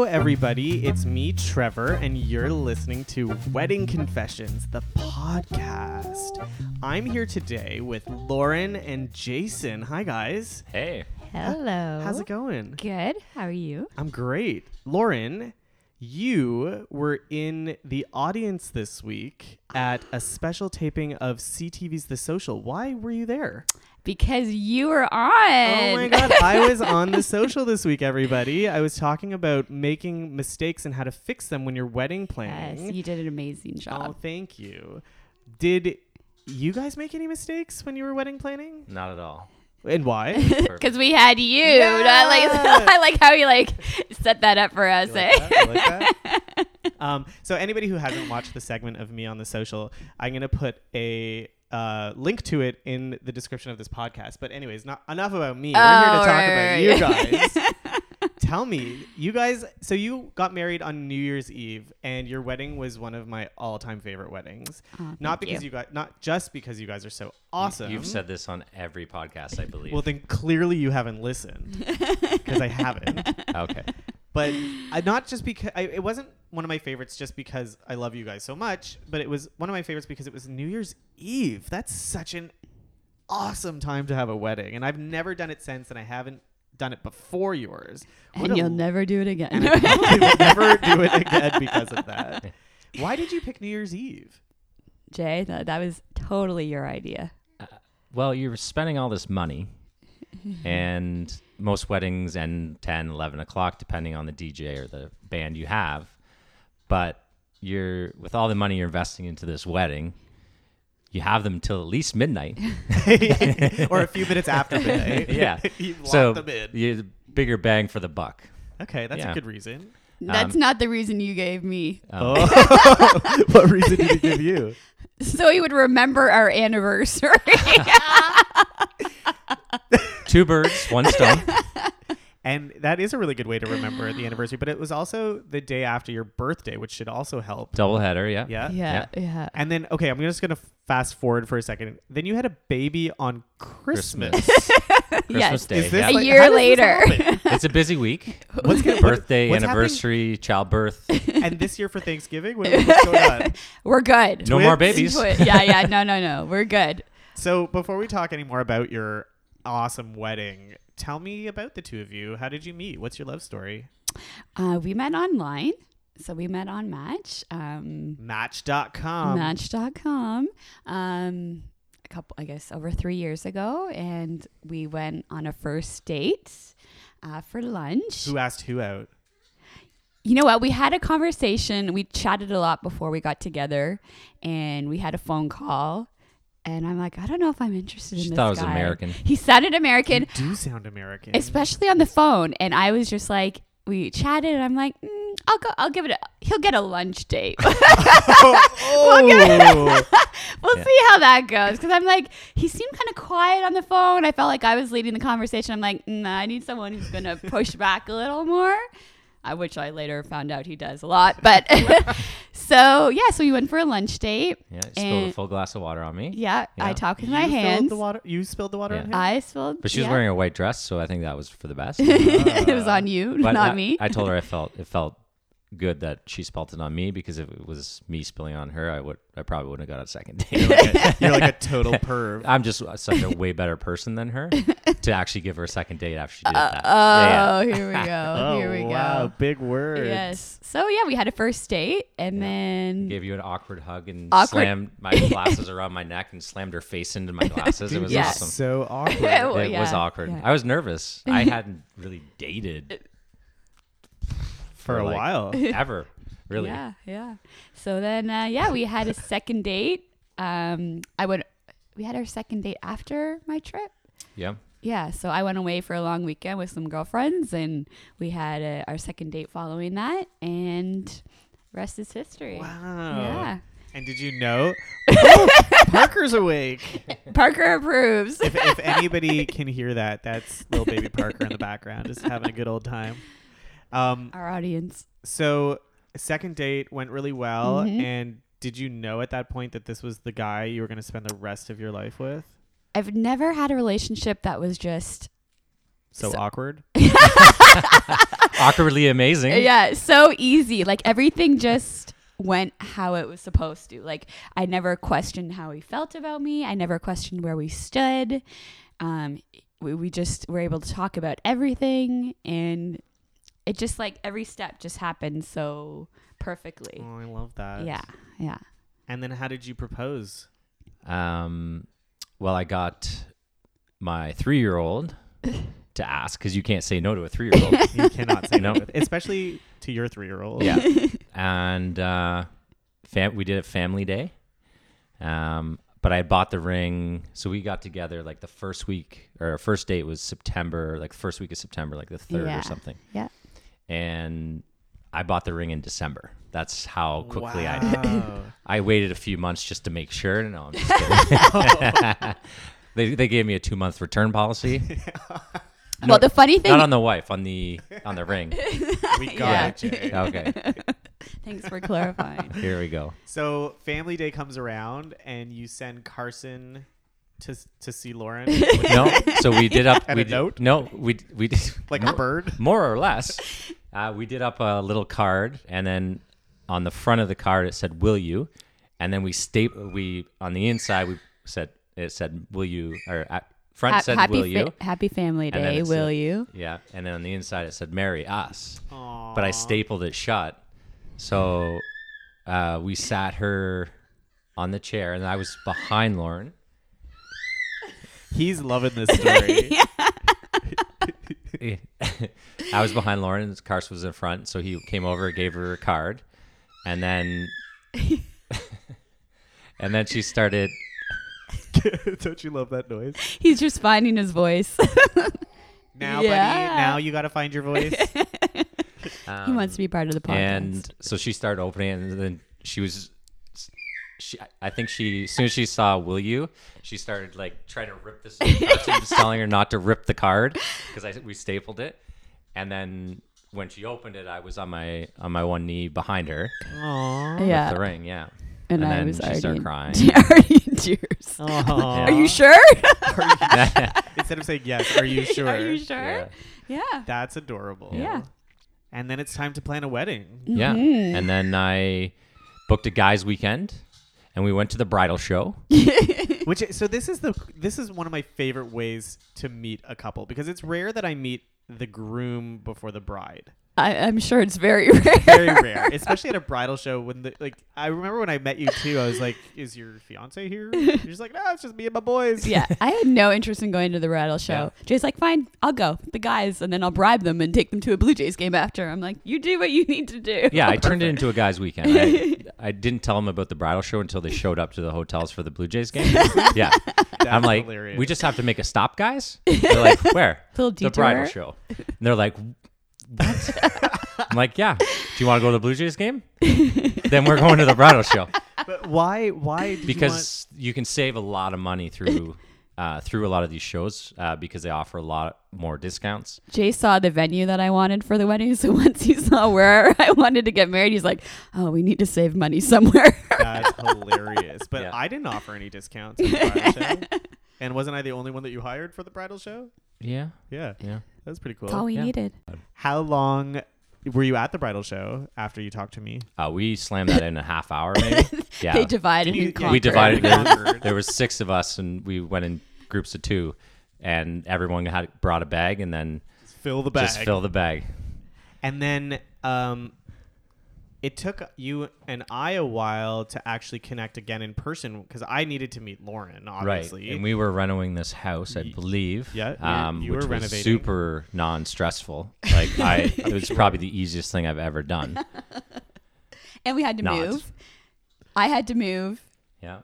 everybody. It's me, Trevor, and you're listening to Wedding Confessions, the podcast. I'm here today with Lauren and Jason. Hi, guys. Hey. Hello. How's it going? Good. How are you? I'm great. Lauren, you were in the audience this week at a special taping of CTV's The Social. Why were you there? Because you were on. Oh my god, I was on the social this week, everybody. I was talking about making mistakes and how to fix them when you're wedding Yes, planning. you did an amazing oh, job. thank you. Did you guys make any mistakes when you were wedding planning? Not at all. And why? Because we had you. And I like Yeah. I like how you like set that up for us. eh? um, so anybody who hasn't watched the segment of me on the social, I'm gonna put a uh, link to it in the description of this podcast. But anyways, not enough about me. We're here to Oh, talk right, about right, you guys. Tell me, you guys. So you got married on New Year's Eve, and your wedding was one of my all-time favorite weddings. Oh, thank not because you. you. got, not just because you guys are so awesome. You've said this on every podcast, I believe. Well, then clearly you haven't listened because I haven't okay. but I, not just because I, it wasn't one of my favorites just because I love you guys so much, but it was one of my favorites because it was New Year's Eve. That's such an awesome time to have a wedding, and I've never done it since, and I haven't done it before yours. What and a- you'll never do it and again. I probably will never do it again because of that. Why did you pick New Year's Eve? Jay, that, that was totally your idea. Well, you're spending all this money, and most weddings end 10, 11 o'clock, depending on the DJ or the band you have. But you're with all the money you're investing into this wedding, you have them till at least midnight. or a few minutes after midnight? yeah. you locked so them in. you bigger bang for the buck. Okay, that's a Yeah. good reason. That's not the reason you gave me. Um, Oh. what reason did he give you? So he would remember our anniversary. Two birds, one stone. And that is a really good way to remember the anniversary. But it was also the day after your birthday, which should also help. Double header. Yeah. yeah, yeah. And then, okay, I'm just going to fast forward for a second. Then you had a baby on Christmas. Yes. Christmas Day. Is this yeah. A like- year how does this later. happen? it's a busy week. What's gonna- what- Birthday, what's happening? anniversary, childbirth. And this year for Thanksgiving? What, what's going on? We're good. No more Twins. babies. But- yeah, yeah. No, no, no. We're good. So before we talk any more about your awesome wedding, tell me about the two of you. How did you meet? What's your love story? Uh, we met online. So we met on Match. Um, Um, Match.com. match.com um a couple i guess over three years ago and we went on a first date uh, for lunch Who asked who out? you know what we had a conversation we chatted a lot before we got together and we had a phone call and i'm like i don't know if i'm interested She in this thought I was guy. American. he sounded american You do sound American. especially on the phone and i was just like we chatted and i'm like mm, i'll go i'll give it a he'll get a lunch date oh. We'll see how that goes. Because I'm like, he seemed kind of quiet on the phone. I felt like I was leading the conversation. I'm like, nah, I need someone who's going to push back a little more. I, which I later found out he does a lot. But so, yeah, so we went for a lunch date. Yeah, spilled a And- full glass of water on me. Yeah, I Yeah. talk with You my spilled hands. The water, you spilled the water on Yeah. him? I spilled. But she was yeah. wearing a white dress, so I think that was for the best. it was on you, But not I, me. I told her I felt it felt good that she spelt it on me because if it was me spilling on her, I would I probably wouldn't have got a second date. You're like a total perv. I'm just such a way better person than her to actually give her a second date after she did that. oh, here we go. here Oh, we go. Oh, big words. Yes. So, yeah, we had a first date and then. Gave you an awkward hug and Awkward. slammed my glasses around my neck and slammed her face into my glasses. It was Yes. awesome. So awkward. Ew, it was yeah, awkward. yeah. I was nervous. I hadn't really dated For a like, while. ever, really. Yeah, yeah. So then, uh, yeah, we had a second date. Um, I went. We had our second date after my trip. Yeah. Yeah, so I went away for a long weekend with some girlfriends, and we had uh our second date following that, and rest is history. Wow. Yeah. And did you know? Oh, Parker's awake. Parker approves. If, if anybody can hear that, that's little baby Parker in the background, just having a good old time. Um, our audience. so second date went really well, Mhm. and did you know at that point that this was the guy you were going to spend the rest of your life with? I've never had a relationship that was just So, awkward. Awkwardly amazing. Yeah, so easy. Like everything just went how it was supposed to. Like I never questioned how he felt about me. I never questioned where we stood. Um, we, we just were able to talk about everything, and it just like every step just happened so perfectly. Oh, I love that. Yeah, yeah. And then how did you propose? Um, well, I got my three-year-old to ask because you can't say no to a three-year-old. You cannot say no, No. especially to your three-year-old. yeah. And uh, fam- we did a family day. Um, but I had bought the ring, so we got together like the first week or our first date was September, like the first week of September, like the third Yeah. or something. Yeah. And I bought the ring in December. That's how quickly I did. wow. I waited a few months just to make sure. No, I'm just kidding. they, they gave me a two month return policy. well, the funny thing. Not on the wife, on the on the ring. We got Yeah. it, Jay. Okay, thanks for clarifying. here we go. So family day comes around, and you send Carson to to see Lauren with, No, so we did up. And we a did, note? No, we we did like a bird. more or less. Uh, we did up a little card, and then on the front of the card it said "Will you," and then we state we on the inside we said it said "Will you" or uh, front Ha- said happy, "Will fa- you." happy family And then day, it's will a- you? Yeah, and then on the inside it said "Marry us," but I stapled it shut. So uh, we sat her on the chair, and I was behind Lauren. He's loving this story. I was behind Lauren, and Carson was in front, so he came over, gave her a card, and then, and then she started. Don't you love that noise? He's just finding his voice. Now, Yeah. buddy, now you got to find your voice. Um, he wants to be part of the podcast. and so she started opening, it, and then she was. She, I think she, as soon as she saw "Will you," she started like trying to rip this. Carson was telling her not to rip the card because I we stapled it, and then when she opened it, I was on my on my one knee behind her Aww. yeah, with the ring. Yeah, and, and I then was she already, started crying. already in tears. Are Are you sure? Instead of saying yes, are you sure? Are you sure? Yeah. Yeah. That's adorable. Yeah. And then it's time to plan a wedding. Yeah. And then I booked a guys' weekend and we went to the bridal show. Which so this is the this is one of my favorite ways to meet a couple because it's rare that I meet the groom before the bride. I, I'm sure it's very rare. Very rare, especially at a bridal show when the like I remember when I met you too. I was like, "Is your fiance here?" You're just like, "No, it's just me and my boys." yeah, I had no interest in going to the rattle show. Jay's like, fine, I'll go. The guys, and then I'll bribe them and take them to a Blue Jays game after. I'm like, you do what you need to do. Yeah, I turned it into a guys' weekend. I, I didn't tell them about the bridal show until they showed up to the hotels for the Blue Jays game. Yeah. I'm That's like, hilarious. we just have to make a stop, guys. They're like, where? Little the bridal detour. show. And they're like, what? I'm like, yeah. Do you want to go to the Blue Jays game? then we're going to the bridal show. But why? Why? Did because you, can save a lot of money through uh, through a lot of these shows uh, because they offer a lot more discounts. Jay saw the venue that I wanted for the wedding, so once he saw where I wanted to get married, he's like, oh, we need to save money somewhere. you want, that's hilarious. But Yeah. I didn't offer any discounts. At the bridal show. And wasn't I the only one that you hired for the bridal show? Yeah, Yeah, yeah. that was pretty cool. That's all we Yeah. needed. How long were you at the bridal show after you talked to me? Uh, we slammed that in a half hour, maybe. They Yeah, divided and yeah, we conquered. divided. There, Conquered. there was six of us, and we went in groups of two, and everyone had brought a bag, and then Fill the bag. just fill the bag. And then um, it took you and I a while to actually connect again in person because I needed to meet Lauren, obviously. Right, and we were renovating this house, I believe. yeah, yeah, um, you which were was renovating. super non-stressful. Like I, it was probably the easiest thing I've ever done. And we had to Not. move. I had to move. Yeah,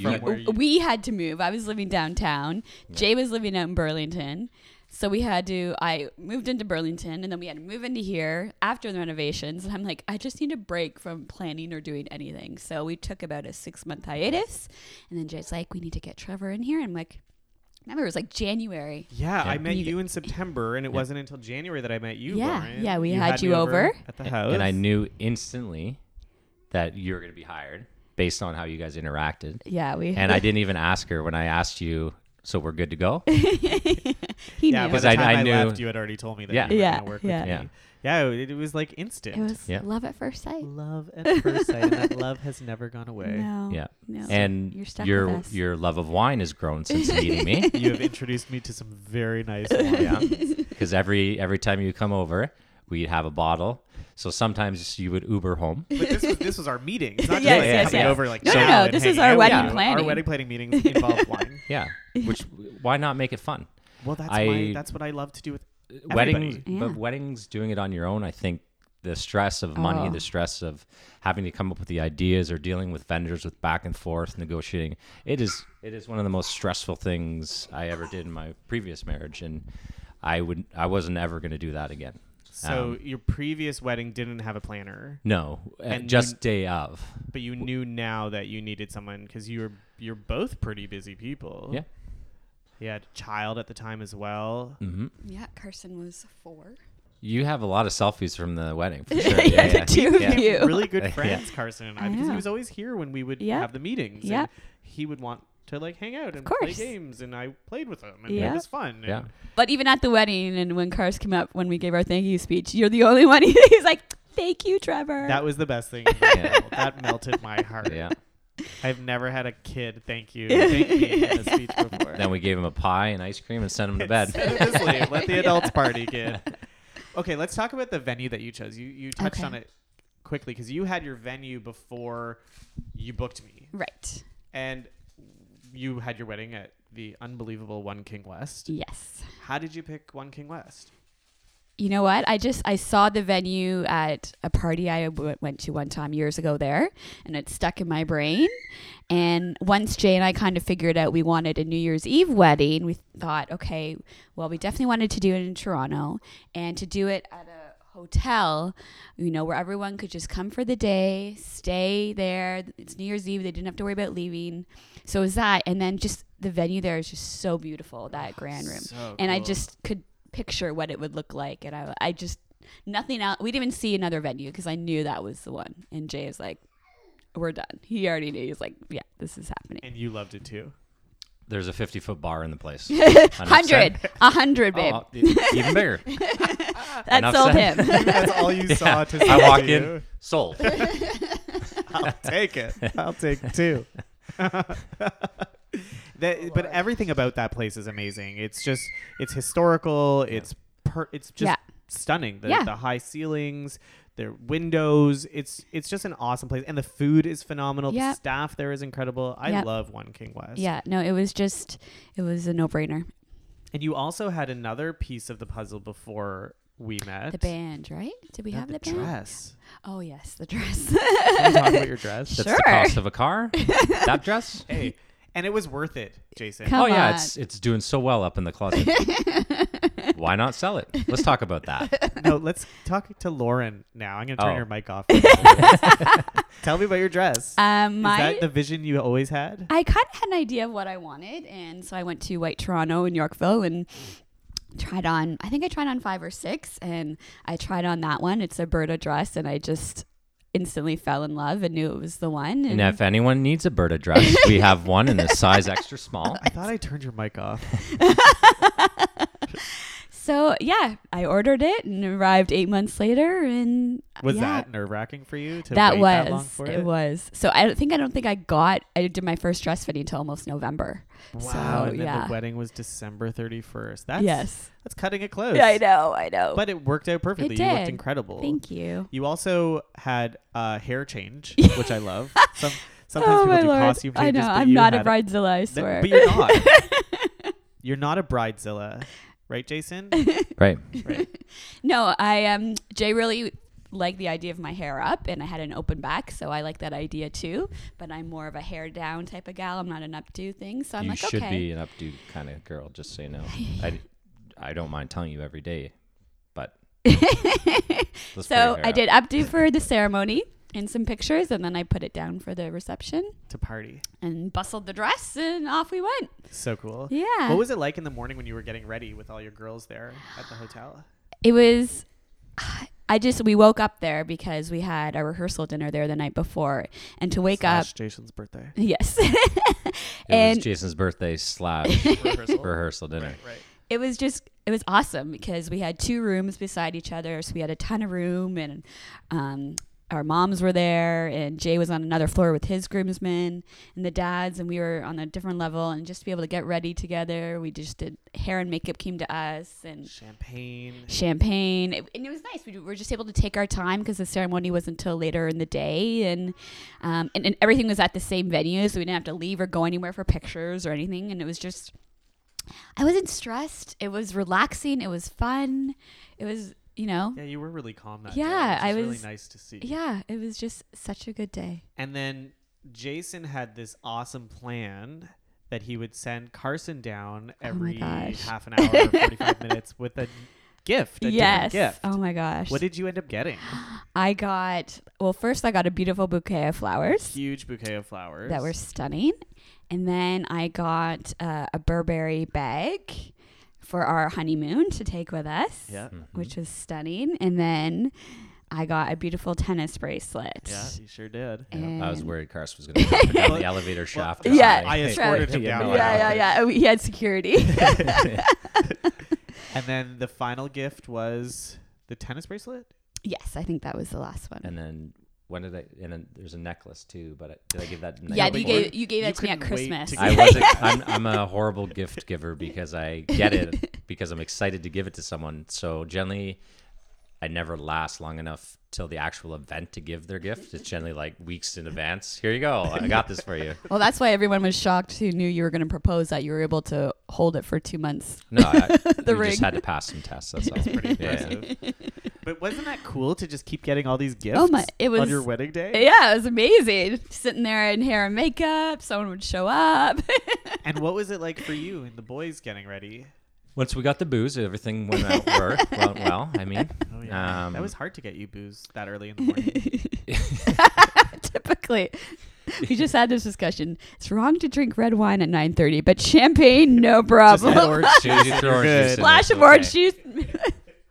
From where you- we had to move. I was living downtown. Jay was living out in Burlington. So we had to I moved into Burlington and then we had to move into here after the renovations and I'm like I just need a break from planning or doing anything. So we took about a 6 month hiatus and then Jay's like we need to get Trevor in here. I'm like remember it was like January. yeah, I Yeah. met you in September, and it wasn't until January that I met you. Yeah, Lauren. yeah, we had you me over. at the house, and I knew instantly that you were going to be hired based on how you guys interacted. Yeah, we And I didn't even ask her when I asked you So we're good to go. He yeah, knew. by Because the I- time I I, knew- left, you had already told me that Yeah. you were Yeah, going to work yeah. with me. Yeah, it, it was like instant. it was Yeah. love at first sight. love at first sight, and that love has never gone away. No. Yeah. No. and Oh, you're stuck your with us. your love of wine has grown since meeting me. You have introduced me to some very nice wine. Yeah. Because every every time you come over, we'd have a bottle. So sometimes you would Uber home. But this was, this was our meeting. It's not just Yes, like yes, coming yes. over like No, no, now no, and this is hanging our out with wedding you. Our planning. wedding planning meetings involve wine. Yeah. Which why not make it fun? Well, that's I- my, that's what I love to do with Weddings, Everybody. Yeah. but weddings doing it on your own, I think the stress of money, Oh. the stress of having to come up with the ideas or dealing with vendors with back and forth negotiating, it is it is one of the most stressful things I ever did in my previous marriage, and I would I wasn't ever going to do that again. So your previous wedding didn't have a planner, No, uh, And just you- day of. but you knew now that you needed someone because you're you're both pretty busy people. Yeah. You had a child at the time as well. hmm yeah, Carson was four. You have a lot of selfies from the wedding for sure. yeah, the two of yeah. you. Really Yeah. good friends, Carson and I, I because he know. was always here when we would Yeah. have the meetings. Yeah. And he would want to like hang out and play course. games, and I played with him, and Yeah. it was fun. Yeah. and- But even at the wedding and when Cars came up when we gave our thank you speech, you're the only one. He's like, "Thank you, Trevor." That was the best thing. in the Yeah. world. That melted my heart. yeah. I've never had a kid. Thank you. Thank me in a speech before. Then we gave him a pie and ice cream and sent him to bed. Instead of this leave, let the adults party, kid. Okay, let's talk about the venue that you chose. You you touched Okay. on it quickly because you had your venue before you booked me, right. and you had your wedding at the unbelievable One King West. Yes. How did you pick One King West? You know what? I just I saw the venue at a party I w- went to one time years ago there, and it stuck in my brain. And once Jay and I kind of figured out we wanted a New Year's Eve wedding, we thought, okay, well, we definitely wanted to do it in Toronto, and to do it at a hotel, you know, where everyone could just come for the day, stay there. It's New Year's Eve; they didn't have to worry about leaving. So it was that, and then just the venue there is just so beautiful. That grand room So and I cool. just could picture what it would look like, and I, I just nothing else. We didn't even see another venue because I knew that was the one. And Jay is like, "We're done." He already knew. He's like, "Yeah, this is happening." and you loved it too. There's a 50 foot bar in the place. Hundred, a hundred, babe. Oh, even bigger. that enough sold said. him. That's all you saw to see. I walk you. in, sold. I'll take it. I'll take two. that, but everything about that place is amazing. It's just it's historical. It's per, it's just Yeah. stunning. The, Yeah. the high ceilings, their windows. It's it's just an awesome place, and the food is phenomenal. The Yep. staff there is incredible. I Yep. love One King West. yeah, no, it was just, it was a no-brainer. and you also had another piece of the puzzle before we met. The band, right? Did we Yeah, have the the, band? dress. Oh yes, the dress. Can we talk about your dress? That's Sure. the cost of a car. that dress. hey, and it was worth it, Jason. Come oh yeah, on. it's it's doing so well up in the closet. Why not sell it? Let's talk about that. No, let's talk to Lauren now. I'm gonna turn Oh. your mic off. Tell me about your dress. um, Is my that the vision you always had? I kind of had an idea of what I wanted, and so I went to White Toronto in Yorkville and tried on. I think I tried on five or six, and I tried on that one. It's a Berta dress, and I just instantly fell in love and knew it was the one. And And if anyone needs a Berta dress, we have one in a size extra Uh, small. I thought I turned your mic off. so yeah, I ordered it and arrived eight months later, and Was yeah, that nerve wracking for you to that wait was that long for it, it? was. So I don't think I don't think I got. I did my first dress fitting until almost November. Wow, So, and then yeah. the wedding was December 31st. That's yes. that's cutting it close. Yeah, I know. I know. But it worked out perfectly. It you did. looked incredible. Thank you. You also had a hair change, which I love. Some, sometimes Oh people my do lord! costume I changes. know. but I'm you not a had- bridezilla. I Th- swear. But you're not. you're not a bridezilla, right, Jason? Right. Right. No, I um Jay really liked the idea of my hair up and I had an open back, so I like that idea too. But I'm more of a hair down type of gal. I'm not an updo thing. So I'm you like, should okay. be an updo kind of girl, just so you know. I, I don't mind telling you every day, but let's put your so hair I up. did updo for the ceremony and some pictures and then I put it down for the reception to party. and bustled the dress and off we went. So cool. Yeah. What was it like in the morning when you were getting ready with all your girls there at the hotel? it was I just we woke up there because we had a rehearsal dinner there the night before, and to wake Slash up, Jason's birthday. yes, It and was Jason's birthday slash Rehearsal. rehearsal dinner. right. it was just it was awesome because we had two rooms beside each other, so we had a ton of room, and um, our moms were there, and Jay was on another floor with his groomsmen and the dads, and we were on a different level, and just to be able to get ready together, we just did hair and makeup came to us, and Champagne. champagne It- and it was nice we were just able to take our time because the ceremony was until later in the day and, um, and and everything was at the same venue so we didn't have to leave or go anywhere for pictures or anything and it was just i wasn't stressed it was relaxing it was fun it was you know Yeah, you were really calm that Yeah, day. I which is was- really nice to see. yeah it was just such a good day And then Jason had this awesome plan that he would send Carson down Oh my every gosh. half an hour, or 45 minutes with a gift. A different yes gift. oh my gosh What did you end up getting? i got well first i got a beautiful bouquet of flowers Huge bouquet of flowers. that were stunning. And then I got uh, a Burberry bag for our honeymoon to take with us, Yeah. Mm-hmm. which was stunning. And then I got a beautiful tennis bracelet. Yeah, you sure did. Yeah, I was And- worried Carson was going to pick up the elevator shaft. or Yeah. something. I escorted him Yeah, down. Oh, no, I yeah, know. yeah, yeah. We- He had security. And then the final gift was the tennis bracelet? yes, I think that was the last one. And then when did I? And then there's a necklace too. But I, did I give that? yeah, necklace? you but gave you gave you that to me at couldn't wait Christmas. to I wasn't. I'm, I'm a horrible gift giver because I get it because I'm excited to give it to someone. So generally, I never last long enough till the actual event to give their gift. It's generally like weeks in advance. Here you go. I got this for you. well, that's why everyone was shocked who knew you were going to propose that you were able to hold it for two months. No, I, The we ring. just had to pass some tests. That's all. Pretty Yeah, yeah. impressive. But wasn't that cool to just keep getting all these gifts Oh my- it on was- your wedding day? Yeah, it was amazing. Sitting there in hair and makeup, someone would show up. and what was it like for you and the boys getting ready? Once we got the booze, everything went out work. Well, well, I mean, Oh yeah, Um, that was hard to get you booze that early in the morning. Typically, we just had this discussion. It's wrong to drink red wine at 9:30, but champagne, no problem. orange juice. You throw orange Good. juice in Splash there, of okay. orange juice.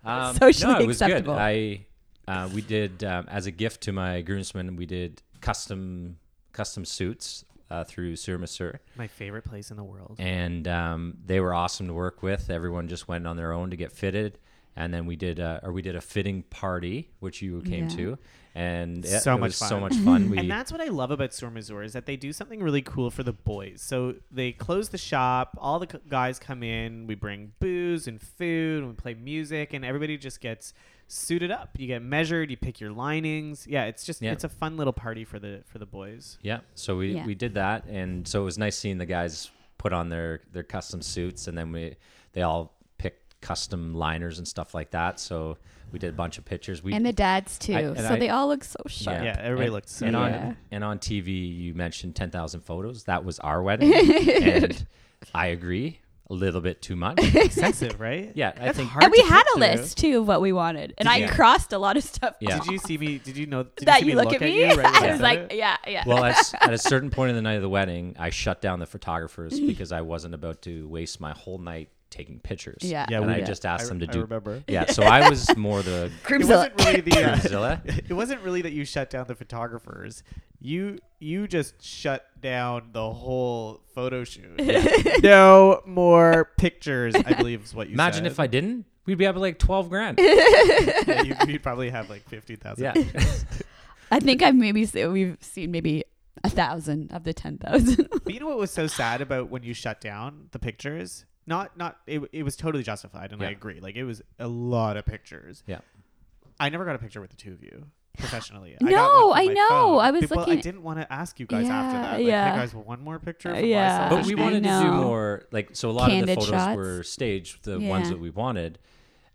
Um, Socially no, it was acceptable. good. I uh, we did um, as a gift to my groomsmen. We did custom custom suits uh, through Sur Masseur, my favorite place in the world. and um, they were awesome to work with. Everyone just went on their own to get fitted, and then we did uh, or we did a fitting party, which you came Yeah. to, and it, So it much was fun. so much fun. We And that's what I love about Sur Missouri is that they do something really cool for the boys. So they close the shop, all the c- guys come in, we bring booze and food, and we play music, and everybody just gets suited up. You get measured, you pick your linings. Yeah, it's just Yeah. it's a fun little party for the for the boys. Yeah. So we, Yeah. we did that, and so it was nice seeing the guys put on their their custom suits, and then we they all picked custom liners and stuff like that. So we did a bunch of pictures. We And the dads too. I- and so I- they all look so sharp. Yeah, everybody and, looked so and on Yeah. and on TV, you mentioned ten thousand photos. That was our wedding, and I agree, a little bit too much. Excessive, right? Yeah, I think. hard and we to had cut a through. list too of what we wanted, and I Yeah. crossed a lot of stuff. Yeah. off. Did you see me? Did you know did that see you me look at me, you right when I was said like, it? yeah, yeah. Well, at, s- at a certain point in the night of the wedding, I shut down the photographers because I wasn't about to waste my whole night taking pictures. Yeah. Yeah, and we I did. just asked I- them to I do remember. Yeah, so I was more the It wasn't really the uh, Groomzilla. it wasn't really that you shut down the photographers. You you just shut down the whole photo shoot. no more pictures. I believe is what you Imagine said. if I didn't, we'd be up at like twelve grand. Yeah, you, you'd probably have like fifty thousand. yeah, I think I've maybe se- we've seen maybe a thousand of the ten thousand. But you know what was so sad about when you shut down the pictures? Not not it, it was totally justified, and I Yeah. agree. Like it was a lot of pictures. yeah. I never got a picture with the two of you professionally. I got No, one from I my know. phone. I was But- well, I looking- didn't want to ask you guys after Yeah, that. Like, yeah. hey guys, one more picture. Uh, From My yeah. But we I selfie?" wanted to do know. more. Like, so a lot of the Candid photos shots. were staged, the Yeah. ones that we wanted,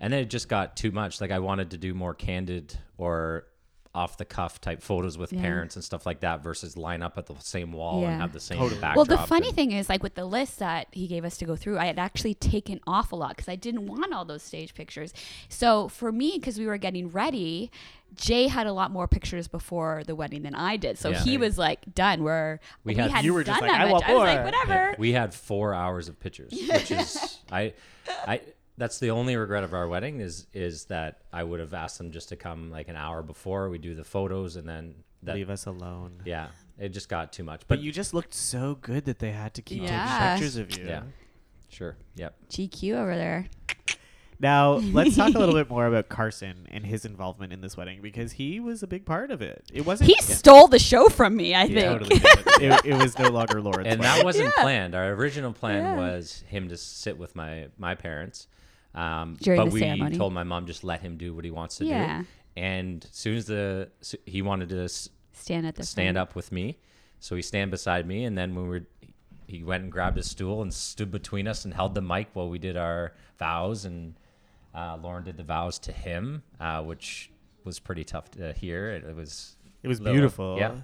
and then it just got too much. Like, I wanted to do more candid or off the cuff type photos with Yeah. parents and stuff like that versus line up at the same wall Yeah. and have the same Totally. backdrop. Well, the funny and- thing is, like with the list that he gave us to go through, I had actually taken off a lot because I didn't want all those stage pictures. So for me, because we were getting ready, Jay had a lot more pictures before the wedding than I did. So Yeah. he was like, done. We're we, We had- hadn't You were just done like, that "I much. want I was more." like, Yeah, whatever. we had four hours of pictures, which is I, I. that's the only regret of our wedding is is that I would have asked them just to come like an hour before we do the photos and then that Leave us alone. yeah it just got too much but, But you just looked so good that they had to keep Yeah. taking pictures of you. yeah sure yep GQ over there. Now, let's talk a little bit more about Carson and his involvement in this wedding because he was a big part of it. It wasn't He stole the show from me, I Yeah, think. totally did. it, it was no longer Lauren's wedding. and that wasn't Yeah. planned our original plan Yeah. was him to sit with my my parents um, During but the we ceremony. told my mom just let him do what he wants to Yeah. do and as soon as the so he wanted to s- Stand at the stand up with me. So he stand beside me, and then when we were, he went and grabbed his stool and stood between us and held the mic while we did our vows, and uh, Lauren did the vows to him, uh, which was pretty tough to hear. It, it was It was little- beautiful. Yeah.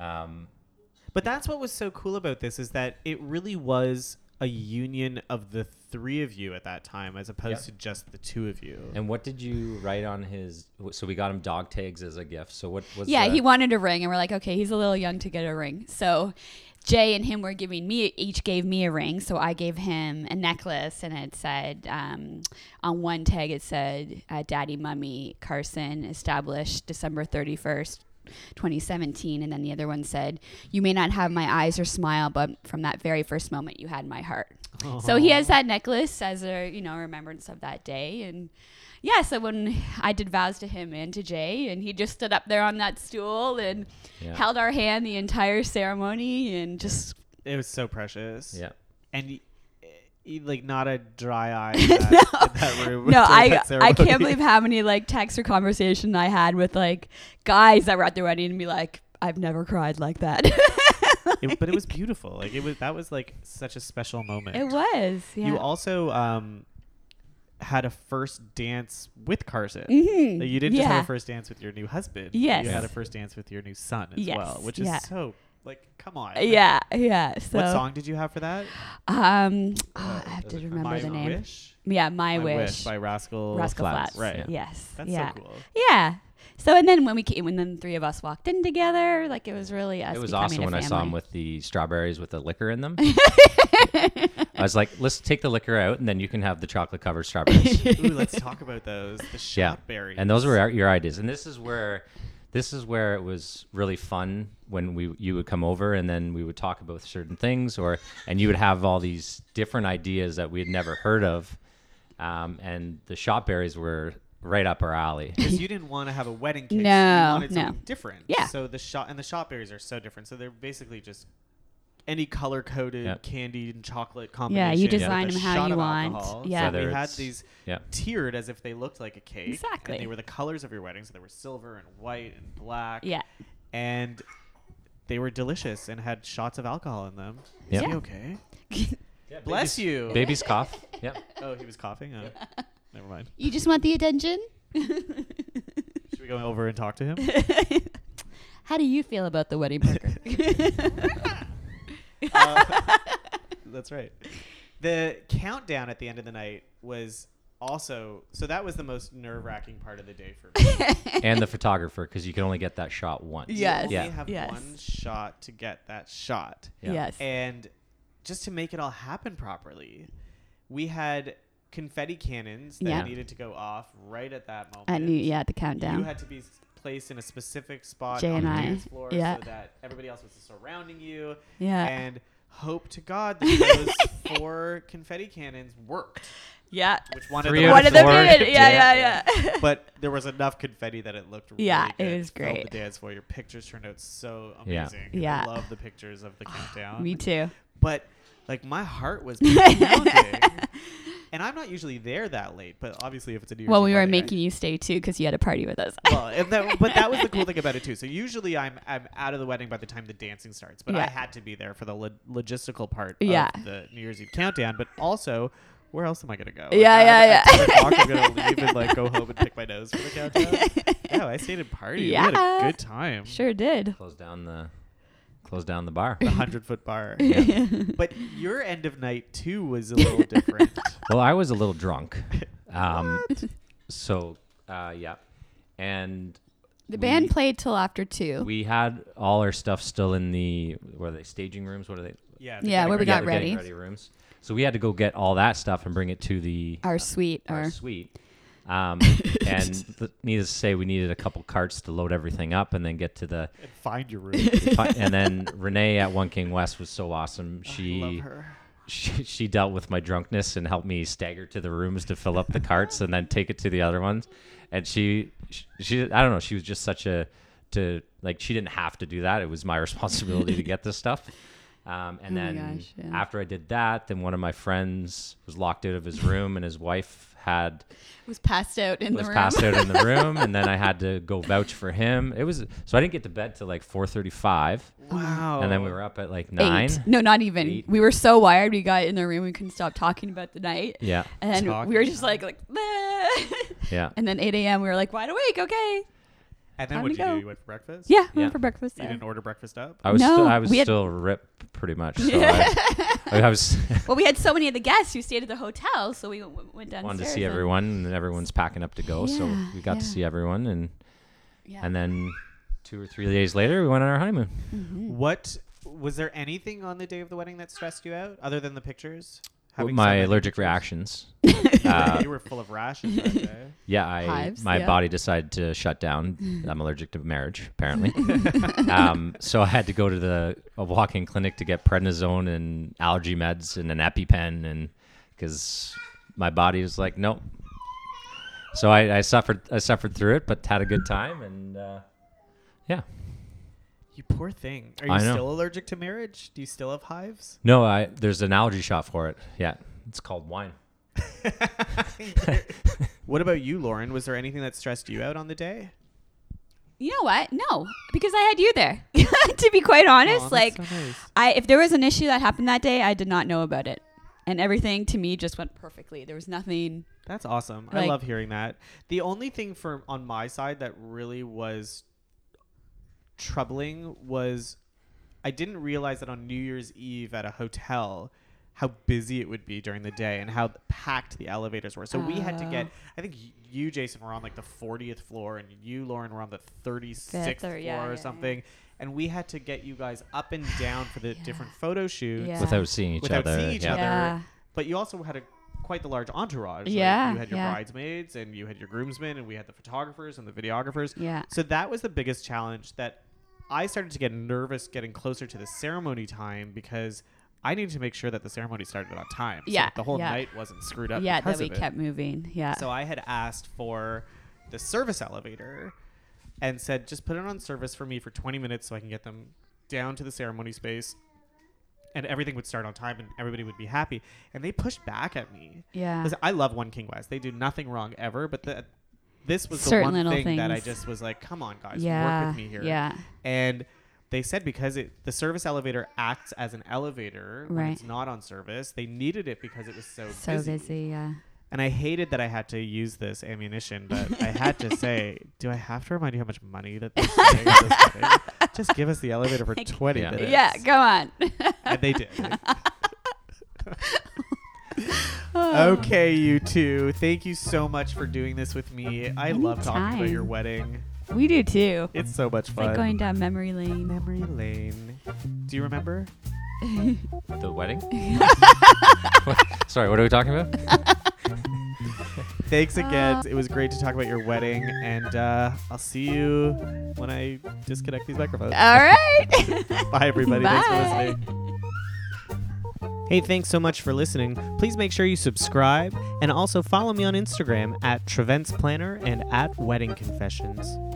Um, But that's what was so cool about this is that it really was a union of the three of you at that time as opposed Yeah. to just the two of you. and what did you write on his? So we got him dog tags as a gift. So what was? Yeah, the- he wanted a ring, and we're like, okay, he's a little young to get a ring. So Jay and him were giving me each gave me a ring, so I gave him a necklace, and it said um, on one tag it said uh, "Daddy, Mummy, Carson, established December thirty first, 2017," and then the other one said, "You may not have my eyes or smile, but from that very first moment, you had my heart." So he has that necklace as a you know remembrance of that day, and yeah. So when I did vows to him and to Jay, and he just stood up there on that stool and Yeah. held our hand the entire ceremony, and just It was so precious. Yeah. And y- eh, y- like not a dry eye in that, in that room. no, during I that I ceremony. can't believe how many like texts or conversation I had with like guys that were at the wedding and be like, I've never cried like that. It- but it was beautiful. Like it was that was like such a special moment. it was. Yeah. You also um had a first dance with Carson. Mhm. Like, you didn't just Yeah. have a first dance with your new husband. Yes. You had a first dance with your new son as Yes. well, which is Yeah. so like come on. yeah, yeah. So What song did you have for that? um oh, I have is to it remember My the name. Wish. Yeah, my, My wish. by Rascal. Rascal Flatts, Flats. right. Yes. That's yeah. so cool. Yeah. So and then when we came, when then the three of us walked in together, like it was really us. It was becoming awesome a when I saw him family. with the strawberries with the liquor in them. I was like, let's take the liquor out and then you can have the chocolate covered strawberries. Ooh, let's talk about those. The yeah. shot berries. And those were our, your ideas. And this is where this is where it was really fun when we you would come over and then we would talk about certain things or and you would have all these different ideas that we had never heard of. Um, and the shot berries were right up our alley. because you didn't want to have a wedding cake. No, you wanted no. something different. Yeah. So the shot and the shot berries are so different. So they're basically just any color coded Yep. candy and chocolate combination. Yeah, you design with a them how shot you of want. alcohol. Yeah. So we Whether had it's- these yeah. tiered as if they looked like a cake. Exactly. And they were the colors of your wedding. So they were silver and white and black. Yeah. And they were delicious and had shots of alcohol in them. Is Yep. he okay? Bless you. Baby's cough. Yep. Oh, he was coughing. Oh. Never mind. You just want the attention. Should we go over and talk to him? How do you feel about the wedding burger? Uh, that's right. The countdown at the end of the night was also so that was the most nerve wracking part of the day for me. And the photographer, because you can only get that shot once. Yes. you Yeah. only have Yes. one shot to get that shot, Yeah. Yes. and just to make it all happen properly, we had confetti cannons that Yeah. needed to go off right at that moment. I knew. Yeah, the countdown. You had to be s- placed in a specific spot Jay on and the I. dance floor Yeah. so that everybody else was surrounding you. Yeah. And hope to God that those four confetti cannons worked, yeah. which one Three of them, out One of of them four. did it. Yeah, Yeah. yeah, yeah. but there was enough confetti that it looked really Yeah, it good. was filled great. The dance floor, your pictures turned out so Yeah. amazing. And Yeah. I love the pictures of the um, countdown. Me too. But like my heart was pounding. And I'm not usually there that late, but obviously if it's a New Year's Well, we Eve were party, I- making you stay too because you had a party with us. well, and that, but that was the cool thing about it too. So usually I'm I'm out of the wedding by the time the dancing starts, but I Yeah. had to be there for the lo- logistical part Yeah. of the New Year's Eve countdown. But also, where else am I gonna go? Yeah, I- yeah, at yeah. 10 o'clock, I'm gonna leave and like go home and pick my nose for the countdown. yeah, I stayed and partied. We had a Yeah. good time. sure did. Close down the close down the bar. The hundred foot bar. Yeah. But your end of night too was a little different. well, I was a little drunk. Um, So, uh, yeah. And The We- band played till after two. we had all our stuff still in the, were they staging rooms? What are they? yeah. Yeah, where we got. got the getting ready. ready rooms. So we had to go get all that stuff and bring it to the Our suite, our or suite. Um, and th- needless to say, we needed a couple carts to load everything up and then get to the. And find your room. and then Renee at One King West was so Oh, awesome. She Love her. she, she dealt with my drunkenness and helped me stagger to the rooms to fill up the carts and then take it to the other ones. And she, she, she I don't know, she was just such a, to like, she didn't have to do that. It was my responsibility to get this stuff. Um, and Oh my then gosh, yeah. after I did that, then one of my friends was locked out of his room and his wife had was passed out in was the room. passed out in the room and then I had to go vouch for him. It was so I didn't get to bed till like four thirty five. Wow. And then we were up at like nine. Oh. Eight. No, not even. Eight. We were so wired. We got in the room. We couldn't stop talking about the night. Yeah. And we were Talking. just like, like. "Bleh." Yeah. and then 8 a.m. We were like wide awake. Okay. And then Time what to did you go. do? You went for breakfast? Yeah. We Yeah. went for breakfast. You there. didn't order breakfast up? I was No, still I was we had- still ripped pretty much. So I, I was Well, we had so many of the guests who stayed at the hotel, so we w- went downstairs. wanted to see and- everyone and everyone's packing up to go. so Yeah, we got to yeah. see everyone and Yeah. and then two or three days later we went on our honeymoon. Hmm. What was there anything on the day of the wedding that stressed you out other than the pictures? Having so my many allergic pictures? reactions. Yeah, uh, you were full of rashes that day. yeah, I Hives, my yeah. Mm. body decided to shut down. I'm allergic to marriage apparently. um, so I had to go to the a walk-in clinic to get prednisone and allergy meds and an EpiPen and because my body was like nope. So I, I suffered I suffered through it, but had a good time and uh, yeah. You poor thing. Are you I know. still allergic to marriage? Do you still have hives? No, I there's an allergy shot for it. Yeah, it's called wine. What about you, Lauren? Was there anything that stressed you out on the day? You know what? No, because I had you there. to be quite honest, Aw, that's like so nice. I if there was an issue that happened that day, I did not know about it. And everything to me just went perfectly. There was nothing. That's awesome. I Like- love hearing that. The only thing for on my side that really was troubling was I didn't realize that on New Year's Eve at a hotel how busy it would be during the day and how packed the elevators were. So we had to get Oh. I think y- you Jason were on like the 40th floor and you Lauren were on the 36th Fifth floor or- yeah, yeah, or yeah. something and we had to get you guys up and down for the different photo shoots Yeah. Without seeing each Without other. seeing each yeah. other. Yeah. but you also had a quite the large entourage. like, Yeah, you had your yeah. bridesmaids and you had your groomsmen and we had the photographers and the videographers. Yeah. So that was the biggest challenge that I started to get nervous getting closer to the ceremony time because I needed to make sure that the ceremony started on time. so Yeah, that the whole yeah. night wasn't screwed up. yeah, because that we of it. kept moving. Yeah. So I had asked for the service elevator and said, just put it on service for me for 20 minutes so I can get them down to the ceremony space and everything would start on time and everybody would be happy. And they pushed back at me. yeah. 'Cause I love One King West. They do nothing wrong ever, but the, this was the Certain one little thing that I things. just was like, come on, guys, yeah. work with me here. Yeah. And they said because it, the service elevator acts as an elevator when Right. it's not on service, they needed it because it was so, So busy. Yeah. and I hated that I had to use this ammunition, but I had to say, do I have to remind you how much money that this thing is getting? Just give us the elevator for 20 Yeah. minutes. Yeah. Go on. And they did. okay, you two. Thank you so much for doing this with me. I love talking about Anytime. your wedding. we do too. It's so much It's fun. like going down memory lane. Memory lane. Do you remember? The wedding? What- Sorry, what are we talking about? Thanks Uh, again. It was great to talk about your wedding, and uh, I'll see you when I disconnect these microphones. All right. Bye, everybody. Thanks for Bye. listening. Hey, thanks so much for listening. Please make sure you subscribe and also follow me on Instagram at Trevents Planner and at Wedding Confessions.